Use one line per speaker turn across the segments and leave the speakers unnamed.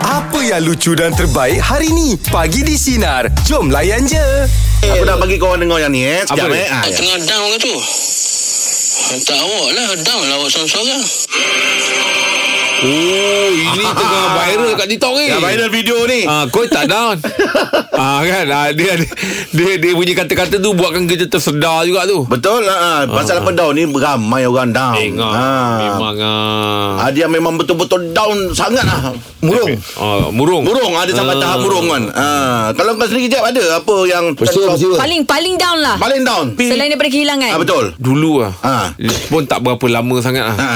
Apa yang lucu dan terbaik hari ni? Pagi di Sinar. Jom layan je.
Aku nak bagi korang dengar yang ni eh. Sekejap
Apa
eh.
dia?
Ha,
Ah,
ya.
tengah down ke tu? Tak awak lah Down lah awak seorang-seorang
Oh, ini tengah viral kat TikTok ni.
Yang viral video ni.
Ah, kau tak down. ah kan, ah, dia, dia dia dia punya kata-kata tu buatkan kita tersedar juga tu.
Betul lah. Ha. Pasal apa down ni ramai orang down.
Ah. Tengok. Memang ah.
Ha, dia memang betul-betul down sangat lah. Murung.
Ah, murung.
Murung ada sampai
Ah.
tahap murung kan. Ha. Kalau kau sendiri jap ada apa yang
Paling paling down lah
paling down.
Selain daripada
Ah
kehilangan
betul.
Dulu lah
Ha.
Pun tak berapa lama sangat lah
Ha.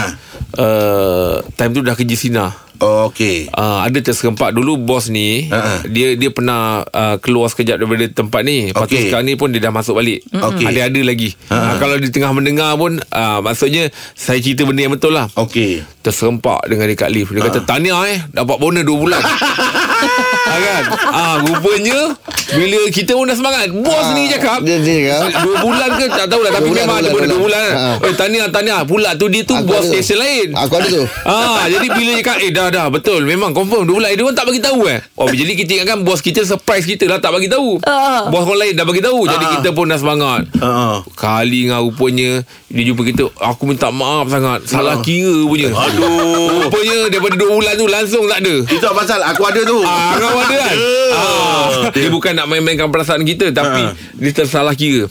uh, Time tu dah kerja Sina
Okey.
Uh, ada terserempak dulu bos ni
Ha, ha.
dia dia pernah uh, keluar sekejap daripada tempat ni lepas tu
Okey.
sekarang ni pun dia dah masuk balik
Okey.
ada ada lagi uh, kalau dia tengah mendengar pun uh, maksudnya saya cerita benda yang betul lah
Okey.
terserempak dengan dekat lift dia
Ah.
kata tahniah eh dapat bonus 2 bulan ha, kan ha, rupanya bila kita pun dah semangat bos ni cakap
Ah. Dia dia cakap
Dua bulan ke tak tahu lah Tapi
Dua bulan,
memang
dua
ada
bulan,
benda
dua
dua bulan
bulan. Ah.
kan. Eh tahniah tahniah Pula tu dia tu
Aku
Bos
ada tu.
station lain
Aku ada tu
Ah, jadi bila dia kata Eh dah dah betul Memang confirm Dua bulan Eh, dia orang tak bagi tahu eh Oh jadi kita ingatkan Bos kita surprise kita lah Tak bagi tahu
Ah.
Bos orang lain dah bagi tahu Jadi
Ah.
kita pun dah semangat
Ha.
Kali dengan rupanya Dia jumpa kita Aku minta maaf sangat
Ah.
Salah kira punya
Aduh.
Rupanya daripada dua bulan tu Langsung tak ada
Itu pasal aku ada tu.
Ah, kau ada kan? Ah, dia bukan nak main-mainkan perasaan kita tapi
Ah.
dia tersalah kira.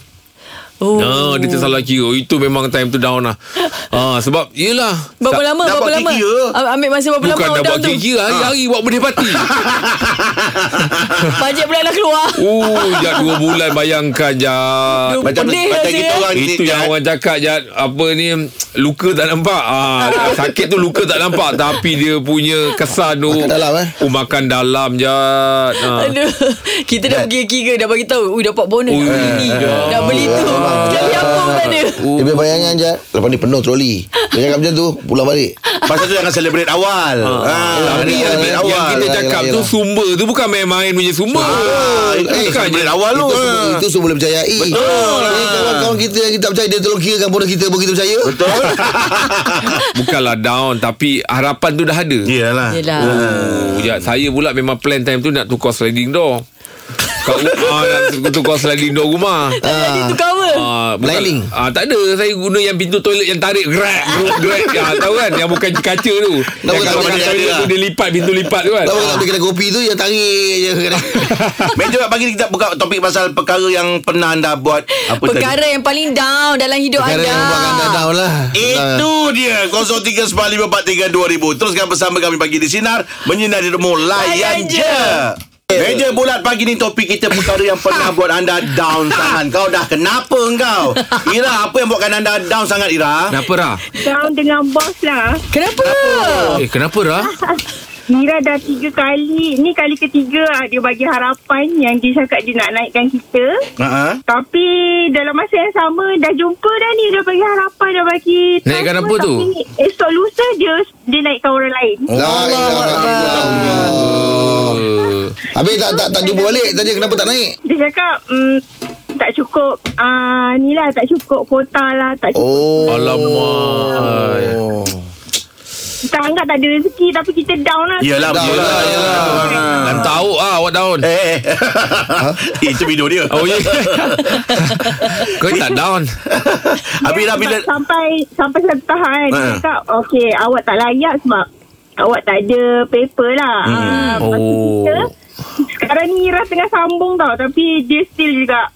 oh.
Oh. dia tersalah kira. Itu memang time tu down lah. Ah, sebab yelah
Berapa
tak-
lama
dah
Berapa
buat
lama
kira.
Am- Ambil masa berapa
Bukan
lama
dah
down
buat
tu?
kira Hari-hari buat birthday party
Bajet pula dah keluar
Oh Jat dua bulan Bayangkan Jat
Dua
Macam
Pedih
macam
lah
kita
saya.
orang ni,
Itu yang
Jad.
orang cakap Jat Apa ni Luka tak nampak ah, Sakit tu luka tak nampak Tapi dia punya kesan tu
Makan dalam, eh?
Oh makan dalam Jat ah.
Aduh Kita dah pergi kira Dah bagi tahu Ui dapat bonus
Ui,
Dah beli ni
dah.
Dah beli tu Jadi apa pun tak ada
Dia punya bayangan je Lepas ni penuh troli Dia cakap macam tu Pulang balik
Pasal tu jangan celebrate awal. Ha.
Tapi
ni
yang, yang,
yelah, yelah,
yang kita
yelah,
cakap
yelah,
tu
yelah.
sumber tu bukan main-main punya sumber.
Ah, itu
bukan je.
celebrate awal tu.
Itu,
Ha.
semua- itu semua boleh percayai
Betul lah.
Ini kawan-kawan kita yang kita tak percaya Dia tolong kirakan bonus kita Baru kita percaya
Betul.
Bukanlah down tapi harapan tu dah ada.
Iyalah.
Yelah
Oh, ya, saya pula memang plan time tu nak tukar sliding door. Kat rumah nak tukar sliding door rumah.
Tadi tu cover
Ah, bukan-
Blinding?
Ah, tak ada Saya guna yang pintu toilet Yang tarik Grab Grab ah, Tahu kan Yang bukan kaca tu
Tahu
Yang
tak
kalau
boleh
kat
ada
toilet
lah.
tu Dia lipat Pintu lipat tu kan
Lama tak boleh kena kopi tu Yang tarik je
Meja buat pagi ni kita buka topik pasal perkara yang pernah anda buat. Apa tadi?
Perkara yang paling down Dalam hidup
Perkara yang buatkan anda
anda
down lah
Itu dia 0395432000 Teruskan bersama kami pagi di Sinar Menyinari Demo Layan
Layan je.
Je Meja bulat pagi ni topik kita perkara yang pernah buat anda down sangat. Kau dah kenapa engkau? Ira, apa yang buatkan anda down sangat Ira?
Kenapa Ra?
Down dengan bos lah
Kenapa
Eh kenapa Ra?
Mira dah tiga kali Ni kali ketiga lah Dia bagi harapan Yang dia cakap dia nak naikkan kita
Ha-ha.
Tapi Dalam masa yang sama Dah jumpa dah ni Dia bagi harapan Dah bagi
Naikkan
transfer,
apa tu? Oh.
tapi Esok lusa dia Dia naikkan orang lain
La ilaha illallah.
Uh,
Habis tak tak tak jumpa balik Tanya kenapa tak naik
Dia cakap mm, Tak cukup uh, Ni lah tak cukup Kota lah Tak cukup
Eh,
Oh
alamak
Kita anggap tak ada rezeki Tapi kita down lah
Iyalah,
Down
iyalah,
lah,
iyalah.
Dan tahu ah awak down.
Eh, eh.
Ha?
Itu video dia.
Oh ya. Kau tak down.
Habis Ira
sebab
bila
sampai sampai satu tahap
Ha.
uh. cakap okey awak tak layak sebab awak tak ada paper lah. Hmm. Uh,
Oh.
kita, sekarang ni Ira tengah sambung tau tapi dia still juga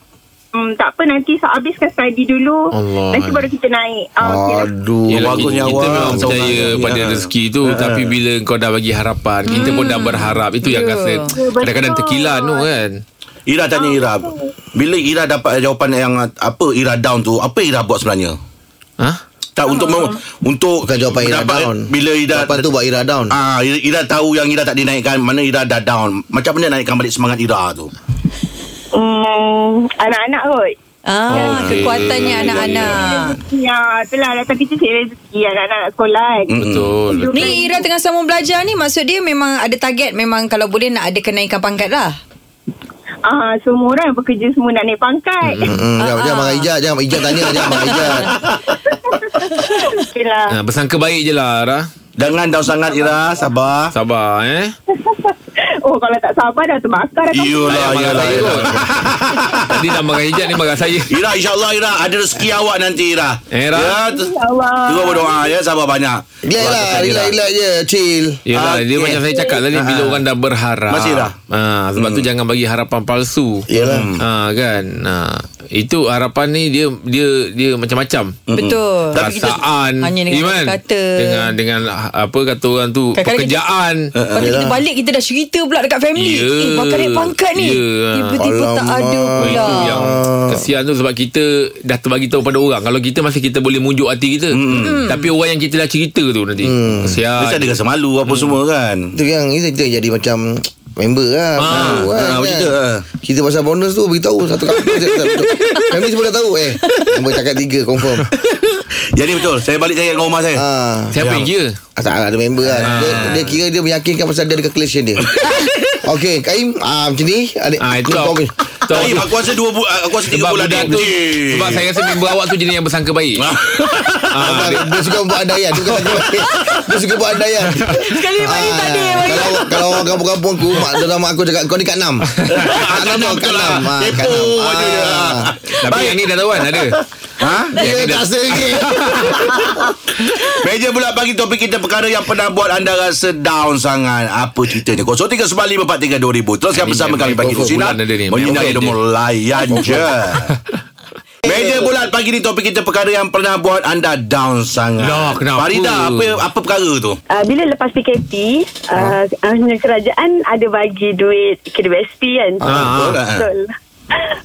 Hmm, tak apa nanti so, habiskan study dulu
Allah.
Nanti baru kita naik ah, okey lah.
Aduh
Yelah,
bagusnya
kita,
awak.
kita memang
Seorang
percaya
yang-
pada
Ya. Hmm.
rezeki tu Tapi bila kau dah bagi harapan Kita pun dah berharap Itu yang
Ya.
rasa
betul.
Kadang-kadang terkilan tu kan
Hmm. Ira tanya Ira Bila Ira dapat jawapan yang uh, Apa Ira down tu Apa Ira buat sebenarnya
Ha?
Tak untuk mem, Untuk
Bukan jawapan Ira
dapat-
down
Bila Ira
Jawapan tu buat Ira down
Ah, Ira, Ira tahu yang Ira tak dinaikkan Mana Ira dah down Macam mana naikkan balik semangat Ira tu
Hmm, Anak-anak kot
Ah,
Okey.
kekuatannya anak-anak.
Ya itulah datang kita cek rezeki Anak-anak kat sekolah kan
Betul
Ni Ira tengah sambung belajar ni maksud dia memang ada target memang kalau boleh nak ada kenaikan pangkat lah.
Ah, Semua orang bekerja semua nak naik pangkat
Hmm, jangan, jangan makan ijat Jangan ijat tanya Jangan makan ijat
Okey
Ya.
lah
ha, Bersangka baik je lah Ra
Jangan down sangat Ira Sabar
Sabar eh
Oh kalau tak sabar dah terbakar dah kamu.
Yelah,
Ayah marah
yelah,
saya
yelah.
kot. Tadi nak marah hijab ni marah saya.
Ira, insyaAllah Ira. Ada rezeki awak nanti Ira.
Eh, Ira.
Ya, tu-
InsyaAllah
Cuba berdoa ya, sabar banyak.
Biar lah
Keluarkan dia lah.
Relax-relax je Chill
Yelah, dia
Okay.
macam saya cakap tadi bila orang dah berharap.
Masih dah? Hmm. Ya.
Ha, sebab tu jangan bagi harapan palsu.
Yelah.
Ha, kan. Ha, itu harapan ni dia dia dia macam-macam.
Betul.
Tapi kita-
Perasaan
Hanya dengan
Iman,
kata-kata.
Dengan dengan apa kata orang tu
Kadang-kadang
Pekerjaan
Lepas tu kita balik Kita dah cerita pula Dekat family
Ya.
Eh bakal naik pangkat ni
Ya.
Tiba-tiba tak
Alamak.
ada pula
Oh, Itu yang kesian tu sebab kita dah terbagi tahu pada orang. Kalau kita masih kita boleh munjuk hati kita.
Hmm.
Mm. Tapi orang yang kita dah cerita tu nanti. Mm.
Mesti ada
Kesian.
rasa malu
Hmm.
apa semua kan.
Itu kan kita, kita jadi macam Member lah
Ah,
baru
ah, macam
kan.
tu, ah.
Kita pasal bonus tu Beritahu satu kali Kami semua dah tahu eh Nombor cakap tiga Confirm
Jadi betul, saya balik saya dengan rumah saya.
ah,
Siapa yang kira?
ah, Tak ada member lah dia, dia kira dia meyakinkan Pasal dia ada calculation dia Okay Kaim ah, Macam ni ada,
Ah itu
kau-
tau. Tau.
Taib, aku rasa dua bu- aku rasa tiga
Sebab
bulan
budak
dia.
tu
Eh.
Sebab saya rasa member awak tu Jadi yang bersangka baik
Ah, dia, dia suka buat andaian Dia, kata, dia suka buat andaian
Sekali balik tak ada
Ah,
balik.
Kalau kalau orang kampung-kampung aku Mak dalam mak aku cakap Kau ni kat enam Kat enam tau, Kat
betul lah.
enam Ah, kat
Kepo
enam.
ada dia.
Ah.
Tapi yang ni dah tahu kan Ada
Ha?
Dia tak sergi
Meja pula bagi topik kita perkara yang pernah buat anda rasa down sangat. Apa ceritanya? 0395432000. Teruskan
Ini
bersama kami
memang
pagi di
bulan
sinar.
ada ni.
Menyinari
Memang
demo layan je. Meja bulat pagi ni topik kita perkara yang pernah buat anda down sangat.
Dah, Lah, kenapa?
Farida, apa apa perkara tu?
Uh, bila lepas PKP uh, uh, kerajaan ada bagi duit KDBSP kan
Ah,
betul lah.
betul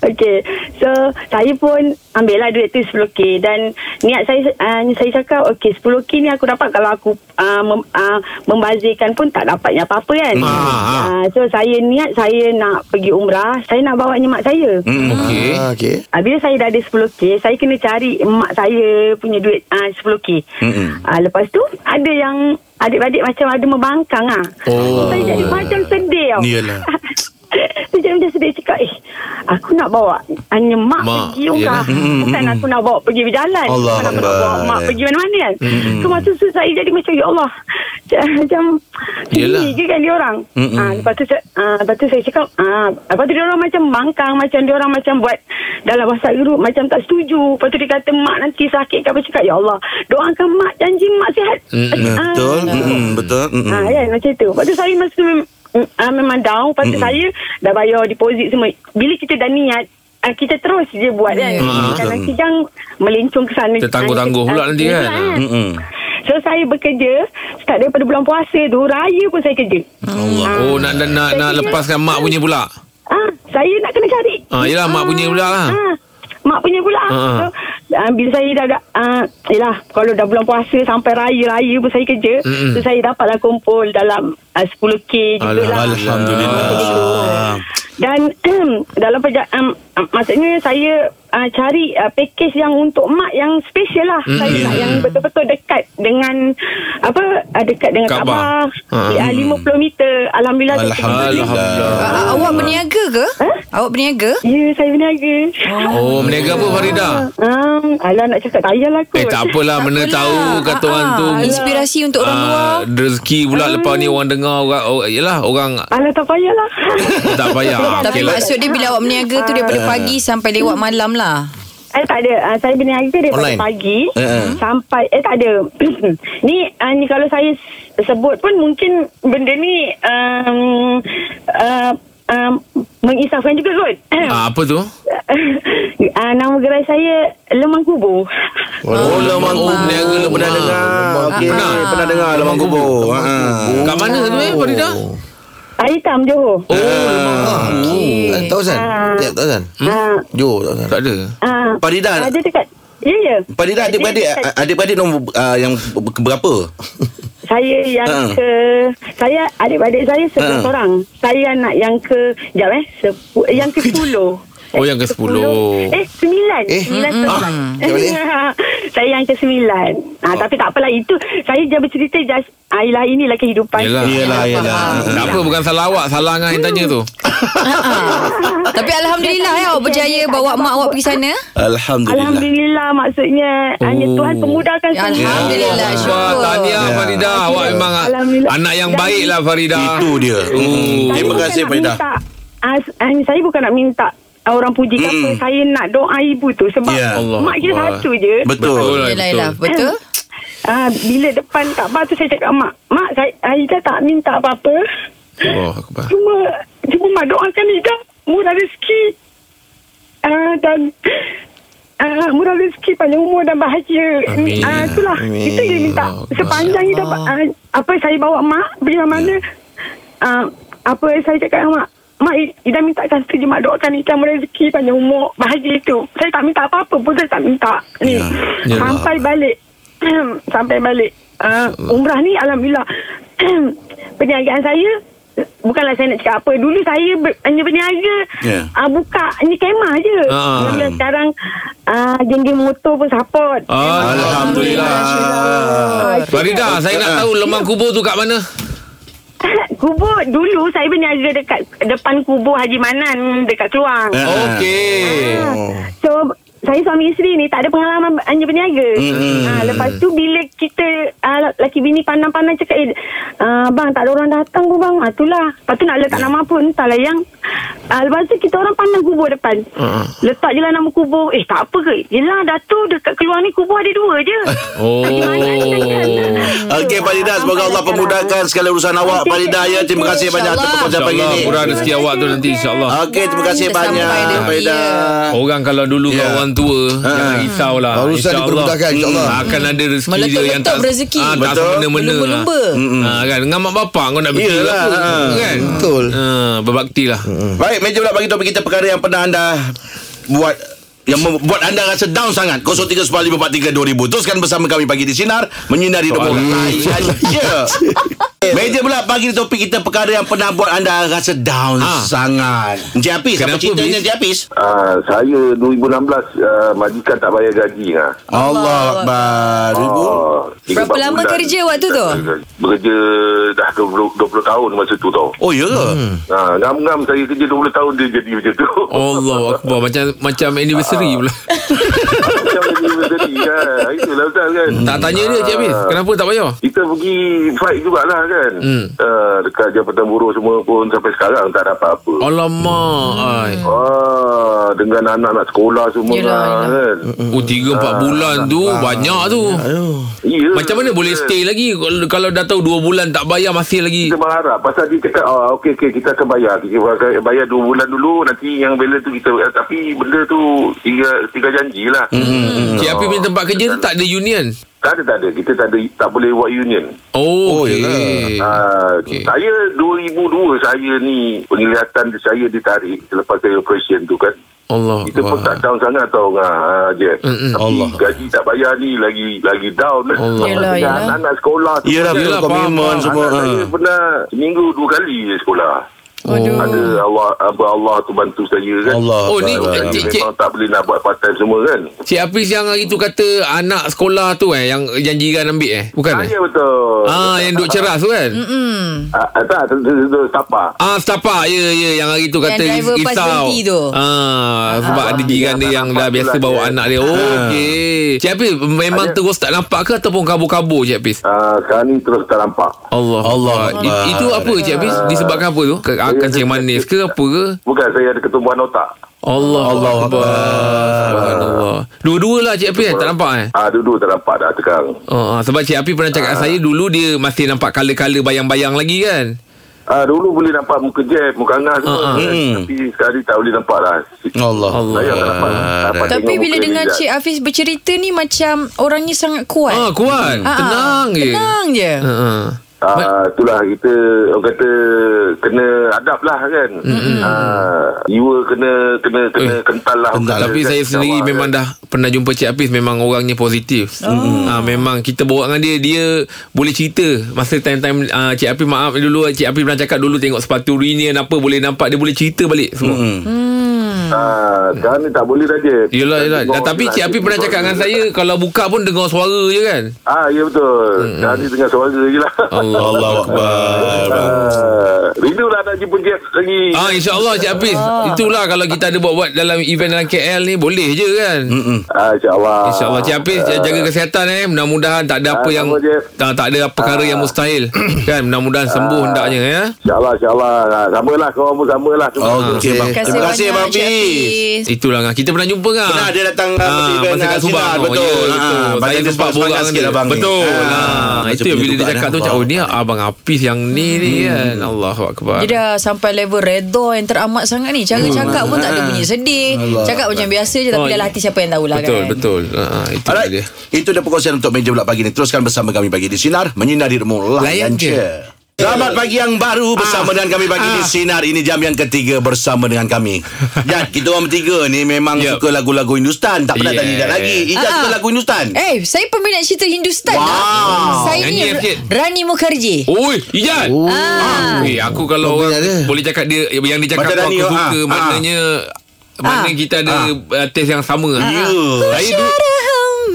Okay So Saya pun Ambil lah duit tu 10k Dan Niat saya uh, Saya cakap Okay 10k ni aku dapat Kalau aku uh, mem, uh, Membazirkan pun Tak dapatnya apa-apa kan
Ah, ah.
uh, So saya niat Saya nak pergi umrah Saya nak bawanya mak saya
Hmm.
Okey
Okay
Ah, bila saya dah ada 10k, saya kena cari mak saya punya duit ah 10k.
Mm-mm.
Ah, lepas tu ada yang adik-adik macam ada membangkang ah.
Oh.
Saya jadi macam sedih tau.
Yelah.
Saya jadi macam sedih cakap eh aku nak bawa hanya mak,
Mak,
pergi umrah.
yelah.
Bukan aku nak bawa pergi berjalan.
Allah
Bukan aku nak
Akbar.
bawa mak pergi mana-mana kan. So masa tu saya jadi macam ya Allah. Macam
Yelah.
sedih je kan dia orang. Ah, lepas tu saya- ah, lepas tu saya cakap ah, lepas tu dia orang macam bangkang macam dia orang macam buat dalam WhatsApp group macam tak setuju. Lepas tu dia kata mak nanti sakit kat cakap ya Allah. Doakan mak janji mak sihat.
Mm-mm.
Ah,
Betul. Mm-mm, betul. Mm-mm.
Ah, ya, macam tu. Lepas tu saya masa tu mem- mm, ah, memang down. Lepas tu saya dah bayar deposit semua. Bila kita dah niat, ah, kita terus je buat kan.
Ah.
Dan nanti jangan melencong ke sana.
Kita tangguh-tangguh
Ah,
pula nanti kan.
Mm-mm.
So saya bekerja Start daripada bulan puasa tu Raya pun saya kerja
Allah.
Oh nak nak nak, nak lepaskan mak punya pula
ah, Saya nak kena cari
Ah, yelah, mak punya pula lah.
ah, Mak punya pula
Ah.
so, ah, Bila saya dah, dah ah, Yelah Kalau dah bulan puasa Sampai raya-raya pun saya kerja
Mm-mm.
So saya dapatlah kumpul Dalam ah, 10k juga lah
Alhamdulillah.
Dan dalam peja, um, um, maksudnya saya uh, cari uh, package yang untuk mak yang special lah. Mm. Saya nak yang betul-betul dekat dengan apa uh, dekat dengan
Kaabah. Ah,
Kaabah. Ya, 50 meter. Alhamdulillah. saya
Alhamdulillah
Ah, Awak berniaga ke? Awak berniaga?
pergi. Ya, saya berniaga.
Oh meniaga apa Farida
Um, alah nak cakap tak payahlah kot.
Eh tak apalah Mana
Apalah.
tahu Kata
Ah,
orang tu
ah, Inspirasi untuk orang luar Hmm.
ah, Rezeki pula Lepas ni orang dengar orang, orang, Yelah orang
Alah tak payahlah.
Tak payah
Tapi
Okey lah
maksud dia Bila awak berniaga tu Daripada pagi Sampai lewat malam lah
Eh tak ada uh, Saya berniaga daripada
Online?
pagi
Eh, eh.
Sampai Eh tak ada Ni uh, ni kalau saya s- sebut pun Mungkin benda ni um, uh, um, Mengisafkan juga kot
ah, Apa tu
uh, Nama gerai saya Lemang Kubur
Oh, lemang
Oh,
kubur.
berniaga lemang.
Pernah dengar.
Lemang
Okey,
kubur.
Pernah dengar lemang kubur. Ha.
Kat
Oh.
mana tu eh Farida
Air Tam Johor
Oh lemang Oh.
Okay Ah, Eh, Tahu San Tiap tahu San
hmm? uh,
Jo tahu San
Tak ada
uh,
Farida.
Ada dekat Ya ya
Padida adik-beradik eh?
dekat-
adik-beradik nombor ah, yang berapa?
Saya yang
Ha.
ke Saya adik-adik saya Sebelas
Ha.
orang Saya anak yang ke Sekejap eh sepu, eh, Yang ke sepuluh
Oh, yang ke sepuluh.
Eh sembilan
Eh,
Sembilan sebelas
Macam mana?
Saya yang ke sembilan ha, Tapi tak apalah itu Saya jangan bercerita just, ah, Yelah inilah kehidupan
Yelah.
Yelah, yelah.
Tak apa bukan salah awak Salah dengan yang tanya tu
Ha-ha. Tapi Alhamdulillah ya awak berjaya bawa mak awak pergi sana.
Alhamdulillah.
Alhamdulillah maksudnya oh. hanya Tuhan pemudahkan
Ya, Alhamdulillah,
Wah,
syukur.
Tahniah
Ya.
Ah, Farida. Awak memang
Alhamdulillah.
anak yang
Dan-
baik lah Farida.
Itu dia. Hmm.
Oh.
Terima
bukan
kasih
nak
Farida.
minta, ah, s- ah, Saya bukan nak minta orang puji ke apa Saya nak doa ibu tu Sebab
Ya.
yeah. mak kita
Allah.
satu je
Betul.
lah,
Yelah, yelah. Betul?
ah, Bila depan Kaabah tu saya cakap Mak Mak saya, Aida tak minta apa-apa
Allah Akbar.
Cuma Cuma mak doakan Aida Murah rezeki ah, Dan ah, Murah rezeki Panjang umur dan bahagia
Amin.
ah, Itulah
Amin.
Itu je minta
Allah.
Sepanjang Aida ah, Apa saya bawa mak Bila mana
Ya.
ah, Apa saya cakap dengan mak Mak Ida mintakan setuju Mak doakan Ida rezeki Panjang umur Bahagia itu Saya tak minta apa-apa pun Saya tak minta Ni
Ya.
Ya.
Sampai balik Sampai balik uh, Umrah ni Alhamdulillah Perniagaan saya Bukanlah saya nak cakap apa Dulu saya ber, hanya berniaga
Ya.
uh, Buka hanya kemah je
Ah.
Alhamdulillah sekarang uh, Geng-geng motor pun support
Ah.
Alhamdulillah.
Farida, saya nak tahu lemang kubur tu kat mana?
Kubur dulu saya berniaga dekat Depan kubur Haji Manan Dekat Keluang
Eh.
Okey.
So saya suami isteri ni tak ada pengalaman hanya berniaga. Mm-hmm. Ha, lepas tu bila kita uh, laki bini pandang-pandang cakap eh uh, bang tak ada orang datang ke bang. Ah itulah. Lepas tu nak letak nama pun entahlah yang uh, lepas tu kita orang pandang kubur depan. Mm. Letak je lah nama kubur. Eh tak apa ke? Yelah Dato dekat keluar ni kubur ada dua je. Ah,
Oh.
kan?
Oh. Okey Farida Semoga Allah pemudahkan Segala urusan awak Farida ya Terima kasih banyak Atas perkongsian pagi
InsyaAllah
ni
murah rezeki awak tu nanti insyaAllah.
Okey terima kasih
Kita sampai
banyak
dia.
Farida
Orang kalau dulu yeah.
Ah. Ya.
orang tua
Ha.
Jangan risaulah
Baru saja dipermudahkan, insyaAllah.
Hmm, Akan ada rezeki dia yang
Meletup-letup
tak
rezeki.
ah, Tak
Betul.
semena-mena
Lumba-lumba.
lah. Ha, kan? Dengan mak bapak kau nak fikir
Yelah,
apa
ha.
kan?
Betul.
ha, Berbakti lah
Baik meja pula bagi topik kita Perkara yang pernah anda Buat yang membuat anda rasa down sangat 0315432000 Teruskan bersama kami pagi di Sinar Menyinari rumah Ya Meja pula pagi di topik kita Perkara yang pernah buat anda rasa down
Ha.
sangat Ah. Encik Hafiz Apa
Kenapa,
ceritanya
Fiz?
Encik Hafiz?
Ah, saya 2016 uh, majikan tak bayar gaji lah.
Allah Akbar Ibu
Ah, tiga,
Berapa
empat
lama
bulan.
kerja waktu tu?
Bekerja dah 20, 20 tahun masa tu tau.
Oh ya ke?
Hmm.
Ah, ngam-ngam saya kerja 20 tahun dia jadi macam tu.
Allah Akbar Macam macam anniversary pula
Macam dia jadi kan. Itulah Ustaz kan.
Hmm.
Ah,
Tak tanya dia Cik Hafiz Kenapa tak bayar
Kita pergi fight jugalah kan.
Hmm.
Ah, dekat Jabatan Buruh semua pun sampai sekarang tak dapat apa.
Oh. Alamak ai.
Ah, dengan anak-anak sekolah semua
Yelah,
lah,
yelah.
kan.
Oh 3 4 bulan tu Banyak tu
Ya.
Macam mana boleh
kan.
stay lagi Kalau- Kalau dah tahu 2 bulan tak bayar Masih lagi
kita berharap pasal dia cakap oh, okey okey kita akan bayar kita bayar- bayar 2 bulan dulu nanti yang balance tu kita tapi benda tu tiga tiga janji lah hmm.
Cik Hafiz punya tempat kerja tu Tak ada union
tak ada tak ada kita tak ada tak boleh buat union
Oh, okay.
Ah,
Okey.
saya 2002 saya ni penglihatan saya ditarik selepas saya operation tu kan
Allah Hmm,
kita pun
Akbar.
tak down sangat tau ngah ah, je
Mm-mm.
tapi
Allah.
gaji tak bayar ni lagi lagi down
Allah. Ya.
Yelah,
Dengan
yelah.
anak-anak sekolah tu
Yelah
kan.
betul
Yelah,
komitmen
faham,
semua
anak
ha.
saya pernah seminggu dua kali je sekolah
Aduh.
Ada Allah Abah Allah tu bantu saya kan
Allah
Oh, ni-
Saya
Cik-
memang tak boleh nak buat part time semua kan
Cik Hafiz yang hari tu kata anak sekolah tu eh yang janjikan ambil eh. Bukan
Ah,
eh?
ya betul
Ah yang duk ceras tu kan.
ah, ah, Tak Itu sapa
Ah setapak ya ya yang hari tu kata
Yang driver
is-
pas
risau.
berhenti tu.
Ah sebab ada jiran dia yang dah biasa bawa anak dia. Oh, okey. Cik Hafiz memang terus tak nampak ke ataupun kabur-kabur Cik Hafiz?
ah, Sekarang ni terus tak nampak
Allah
Allah
Akbar. I- Itu apa Cik Hafiz? Disebabkan apa tu? Ke- ah, Kencing manis ke apa ke?
Bukan saya ada ketumbuhan otak
Allah Allah Akbar. Subhanallah. Dua-dua lah Cik Hafiz eh? tak nampak eh?
Ah, dulu tak nampak dah sekarang.
Oh, ah, sebab Cik Api pernah cakap saya dulu dia masih nampak kala-kala bayang-bayang lagi kan.
Ah, dulu boleh nampak muka Jeff, muka Angah semua.
Ah, Hmm. ah.
kan.
Hmm.
Tapi sekarang ni tak boleh nampak lah.
Allah
Allah.
Saya tak nampak. Dapat
Tapi
tengok
bila
muka
dengar
Rizal.
Cik Hafiz bercerita ni macam orangnya sangat kuat.
Ah, kuat.
Ah, ah.
Tenang je.
Tenang je.
Ha, ha.
Ah, itulah kita orang kata kena adab lah kan. Mm-hmm. Ah, jiwa kena kena kena
Hmm, Eh,
kental lah.
kental.
Kena kan?
Tapi
dekat
saya sendiri
awak
memang dah pernah jumpa Cik Apis memang orangnya positif. Oh.
Hmm.
Ha, memang kita borak dengan dia dia boleh cerita masa time-time uh, Cik Apis maaf dulu Cik Apis pernah cakap dulu tengok sepatu reunion apa boleh nampak dia boleh cerita balik semua. Hmm.
Ah, sekarang ni tak boleh dah je.
Yelah yelah nah, Tapi
lah,
Cik Api pernah cakap dengan saya Kalau buka pun dengar suara je kan
Ah, ya betul. Sekarang ni dengar suara je lah.
Hmm, Allah
Allah Akbar
Ah, rindu lah nak jumpa dia lagi.
Ah insyaallah Cik Hafiz.
Ah.
Itulah kalau kita ada buat-buat dalam event dalam KL ni boleh je kan.
Mm-mm.
Ah, insyaAllah.
Insyaallah Cik Hafiz
Ah.
ja- jaga kesihatan eh. Mudah-mudahan tak ada apa
Ah,
yang
sama, Cik.
tak, tak ada perkara
Ah.
yang mustahil kan. Mudah-mudahan sembuh hendaknya ya.
InsyaAllah, insyaAllah. Ah, Sama lah, korang pun sama lah.
Oh,
Okey, Bang. Terima kasih Abang
banyak, Cik
Hafiz.
Hafiz.
Itulah kan. Kita pernah jumpa kan.
Pernah dia datang ah,
Ah, masa kat Subang oh, ya,
Betul. Ah,
betul.
pasal
Saya
dia
sempat
sebab
borak
semangat
dengan
sikit
dia
abang ni.
Betul
Ah,
ah, Itu
macam
yang
punya
bila dia
dugaan
cakap tu Macam
abang.
oh ni abang Hafiz yang ni ni
Hmm.
kan Allahu Akbar
Dia dah sampai level redha yang teramat sangat ni.
Hmm.
Cara cakap pun tak ada bunyi sedih. Cakap macam biasa je tapi
Oh,
dalam hati siapa yang tahulah
Betul
kan.
betul ah, Itu
Alright.
dia
Itu dia perkongsian untuk meja pula pagi ni. Teruskan bersama kami pagi di Sinar. Menyinari rumah layan
Layan je. Ah.
je. Selamat pagi yang baru bersama dengan kami pagi di Sinar. Ini jam yang ketiga bersama dengan kami. Dan kita orang bertiga ni memang
Yup.
suka lagu-lagu Hindustan. Tak pernah
Yeah.
tanya Ijat lagi. Ijat
Ah.
suka lagu Hindustan.
Eh, saya peminat cerita Hindustan
Wow.
lah. Saya
Nyanyi,
ni
Afid.
Rani Mukherjee.
Oi, Ijat. Oh.
Ah.
Eh, aku kalau
Bagus
orang
ada.
boleh cakap dia yang dia cakap
Macam
tu aku
Daniel,
suka
ah, ah.
maknanya Maknanya kita ada ah. taste yang sama. Ya. Saya dulu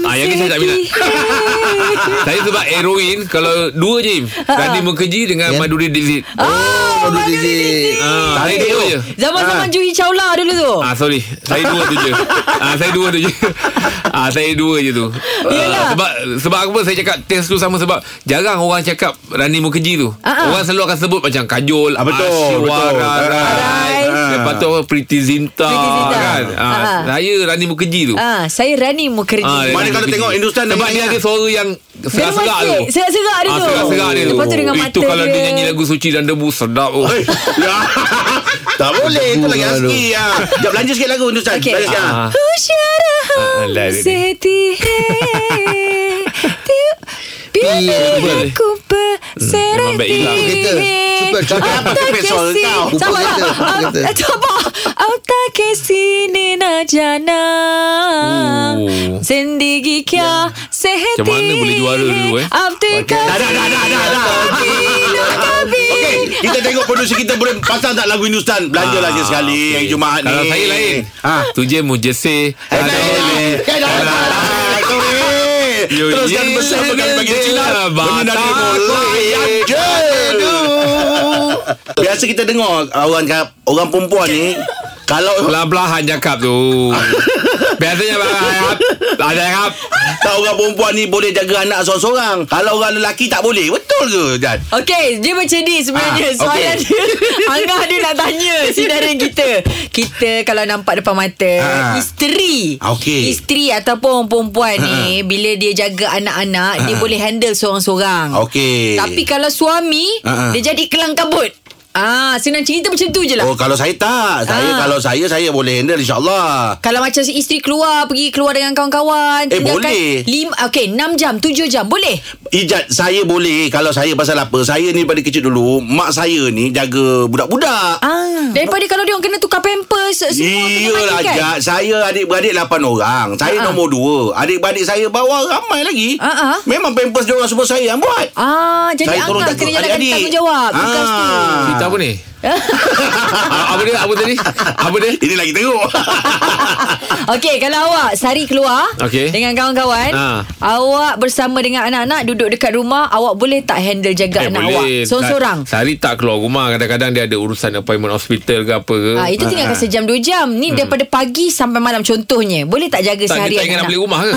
Ah, yang ni saya tak minat. Ah. saya sebab heroin kalau dua je. Tadi Mukerji dengan
Yang-
Maduri Dizit.
Ah,
Oh, Abdul Rizik.
Ah, saya
Tarik
dua
tu.
je.
Zaman-zaman Juhi Chawla dulu tu.
Ah sorry Saya dua tu je ah, Saya dua tu je ah, Saya dua je tu
Yelah.
ah, Sebab Sebab apa saya cakap Test tu sama sebab Jarang orang cakap Rani Mukerji tu
Ah, ah.
Orang selalu akan sebut Macam Kajol
Ah, betul, ah. betul.
Asyuararai
Ah.
Lepas tu apa Priti Zinta
Preeti Zinta.
kan? ah,
Ah, ah.
Saya Rani Mukerji tu
Ah, saya Rani Mukherjee.
Ah,
Mana
Rani
kalau
Mukerji.
tengok Hindustan
Sebab
dia
dia
ingat.
ada suara yang Serak-serak tu
Serak-serak dia
Ah,
tu.
serak-serak dia tu
Lepas tu dengan
Itu
mata
kalau dia nyanyi lagu Suci dan Debu Sedap oh.
Eh, ya. tak boleh. Itu lagi
Aduh.
asli. Ya. Jom belanja sikit lagu Hindustan.
Okey.
Belanja sikit.
Ah.
Hushara
Ah, lah dia ni.
seti
Beautiful.
Aku
Hmm, memang baik hilang.
bersereti
Kita, cepat, cepat.
Kenapa cepat soal kau?
Sabar
Kumpul kita,
lah
kumpul kita.
Sabar Auta kesi ni na jana
Oh.
Zindagi kya sehti
Macam mana boleh juara dulu, eh?
Abdi
Dah, dah, dah, dah, dah, dah.
Kabi
Okey, kita tengok produksi kita boleh pasang tak lagu Hindustan. Belanjalah je sekali
Ah, okey.
hari Jumaat ni.
Kalau saya lain
Ha.
ha. Tuje
Eh,
mujese
Tak boleh. Tak boleh.
Yo,
Teruskan
ye,
bersama kami
ye,
bagi
ye,
Cina
ye,
Menyinari
batang
mulai je Biasa kita dengar Orang orang perempuan ni Kalau
Belah-belahan cakap tu Biasanya Abang Ada cakap
tak orang perempuan ni Boleh jaga anak seorang-seorang Kalau orang lelaki tak boleh Betul ke Jan?
Okey, dia macam ni sebenarnya.
Ah,
Ah, Soalan
okey.
dia, Angah dia nak tanya sinaran kita. Kita kalau nampak depan mata,
Ah.
ah. isteri.
Ah, okey.
Isteri ataupun perempuan ni, bila dia jaga anak-anak, dia boleh handle seorang-seorang.
Okey
Tapi kalau suami,
Ah, ah.
dia jadi kelang kabut. Ah, senang cerita macam tu je lah.
Oh kalau saya tak Saya
Ah.
kalau saya Saya boleh handle insyaAllah
Kalau macam si isteri keluar Pergi keluar dengan kawan-kawan
Eh,
tinggalkan
boleh.
lima, Okay 6 jam 7 jam Boleh
Ijat saya boleh Kalau saya pasal apa Saya ni daripada kecil dulu Mak saya ni Jaga budak-budak
ah. Daripada kalau dia orang kena tukar pampers Semua kena
Iyalah
mati kan
Jad Saya adik-beradik 8 orang Saya
Ha-ha.
nombor 2 Adik-beradik saya bawah ramai lagi
Ha-ha.
Memang pampers diorang semua saya yang buat
Ah, jadi
Saya turun
Angah
tak-
kena jalankan
adik-adik.
tanggungjawab.
Ah.
Tugas tu.
Cerita apa ni Ah, Apa dia Apa tadi Apa dia
Ini lagi teruk
Okey, kalau awak sehari keluar
Okey.
dengan kawan-kawan,
Ah.
awak bersama dengan anak-anak duduk dekat rumah, awak boleh tak
Eh,
handle jaga anak awak seorang-seorang?
Sa- Sehari tak keluar rumah Kadang-kadang dia ada urusan Appointment hospital ke apa ke
Ah, itu tinggalkan sejam dua jam. Ni daripada pagi sampai malam contohnya. Boleh tak jaga
Hmm. Tak
sehari
dia tak ingat nak beli rumah ke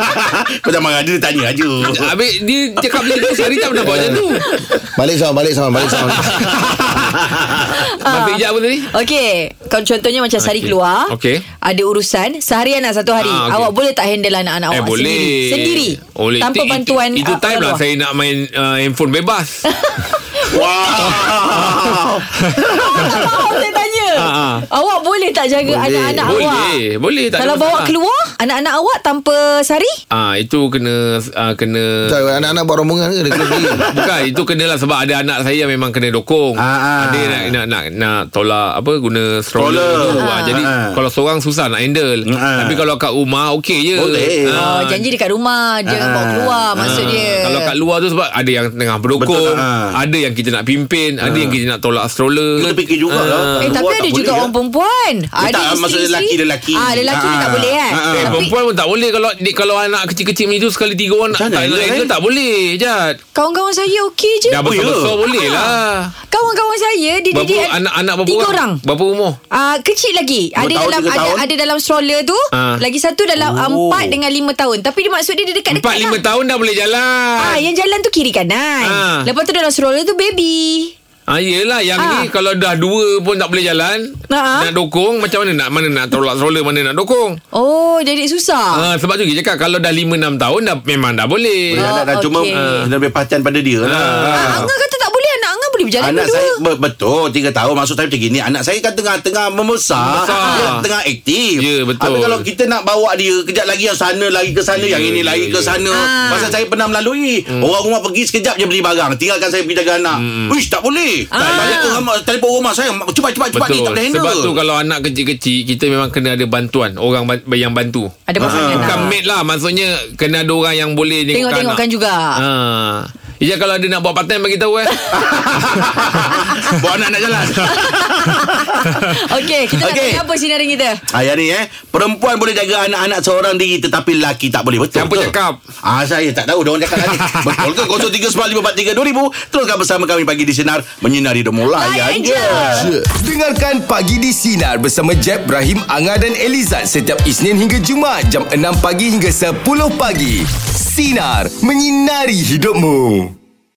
Macam marah dia dia tanya aja
Habis dia cakap beli tu Sehari tak pernah buat macam
Ah.
tu
Balik sound, balik sound, balik sound.
Maksud hijab apa tadi
Okey, kalau contohnya macam sehari
Okey.
keluar,
Okey.
ada urusan, seharian lah satu hari.
Ah, okey.
Awak boleh tak handle anak-anak
Eh
awak
boleh
sendiri? Sendiri.
Boleh.
Tanpa
Itu-
bantuan
Itu, itu
ah,
time
orang
lah
luar.
Saya nak main uh, Handphone bebas
Wow
Tak faham saya tanya
Ah, ah.
Awak boleh tak jaga
Boleh.
anak-anak awak
Boleh Boleh tak ada
Kalau bawa
masalah.
keluar Anak-anak awak tanpa sari?
Ah itu kena ah, kena
Tak, Anak-anak buat rombongan ke Dia kena beli
Bukan itu kenalah sebab ada anak saya yang memang kena dokong.
Ah, ah.
Ada nak nak nak nak tolak apa guna stroller.
Stroller.
tu. Ah, jadi
Ah.
kalau seorang susah nak handle.
Ah.
Tapi kalau kat rumah okey je.
Boleh.
Oh, janji dekat rumah Dia bawa keluar Maksud dia
Ah. Kalau kat luar tu sebab ada yang tengah berdokong,
Betul, ah.
ada yang kita nak pimpin, ada yang kita nak tolak stroller.
Kita fikir jugalah.
Ah.
Eh
Luar
tapi
tak
ada
boleh lah.
juga
ke?
orang perempuan
tak,
Ada isteri
maksud lelaki, lelaki.
Ah lelaki dia
Ah.
tak boleh kan
Ah, ah.
Eh,
Tapi
perempuan pun tak boleh kalau di, kalau anak kecil-kecil macam tu sekali tiga orang nak
Macam mana
tak nak
lah,
handle
eh?
tak boleh Jad.
kawan-kawan saya okey je
Dah besar-besar
ya?
Ah.
boleh lah.
Kawan-kawan saya Dia
Berapa
didik
anak-anak berapa
Tiga
orang?
orang
Berapa umur?
Ah kecil lagi.
Dua
Ada
tahun,
dalam
tiga
ada,
tahun.
ada dalam stroller tu.
Ah.
Lagi satu dalam ah,
Oh.
empat dengan lima tahun. Tapi dia maksud dia dia dekat-dekat
Empat lima tahun dah boleh jalan.
Ah, yang jalan tu kiri kanan.
Ah.
Lepas tu dalam stroller tu baby.
Ah yelah yang
Ah.
ni kalau dah dua pun tak boleh jalan
Ah.
nak dokong macam mana nak mana nak tolak stroller mana nak dokong.
Oh, jadi
Ah
susah.
sebab tu kita cakap kalau dah 5 6 tahun dah memang dah boleh.
Boleh
Oh,
Eh, anak dah cuma
okey.
ah, kena lebih perhatian pada dia lah.
Ah, Angah kata tak boleh anak Angah boleh berjalan
Anak
dua-dua.
saya be- betul 3 tahun maksud saya macam gini anak saya kan tengah-tengah membesar,
Membesar.
dia tengah aktif.
Ya, betul.
Habis kalau kita nak bawa dia kejap lagi yang sana lagi ke sana yang ini
ya,
lagi ke
ya. Hmm.
sana.
Ah.
Pasal saya pernah melalui orang rumah pergi sekejap je beli barang tinggalkan saya pergi jaga anak. Wish tak boleh. Tak banyak orang telefon rumah saya cepat cepat cepat ni tak boleh handle.
Sebab tu kalau anak kecil-kecil kita memang kena ada bantuan orang ban- yang bantu.
Ada
Ah.
pasangan
Bukan
lah.
mate lah Maksudnya Kena ada orang yang boleh Tengok-tengokkan
Tengok-tengokkan
anak.
juga.
Ah.
ha. Ijaz kalau ada nak buat part time Bagi tahu eh
Bawa anak nak jalan.
Okey, kita nak
Okey.
tanya apa sinarin kita?
Ayah ni eh Perempuan boleh jaga anak-anak seorang diri Tetapi lelaki tak boleh Betul
Siapa
betul?
cakap?
Ah, Saya tak tahu Diorang cakap tadi Betul ke 0395432000 Teruskan bersama kami pagi di Sinar Menyinari Demo Layan
Layan
je
je.
Dengarkan Pagi di Sinar bersama Jeb, Ibrahim, Anga dan Elizad setiap Isnin hingga Jumaat jam 6 pagi hingga 10 pagi. Sinar, menyinari hidupmu.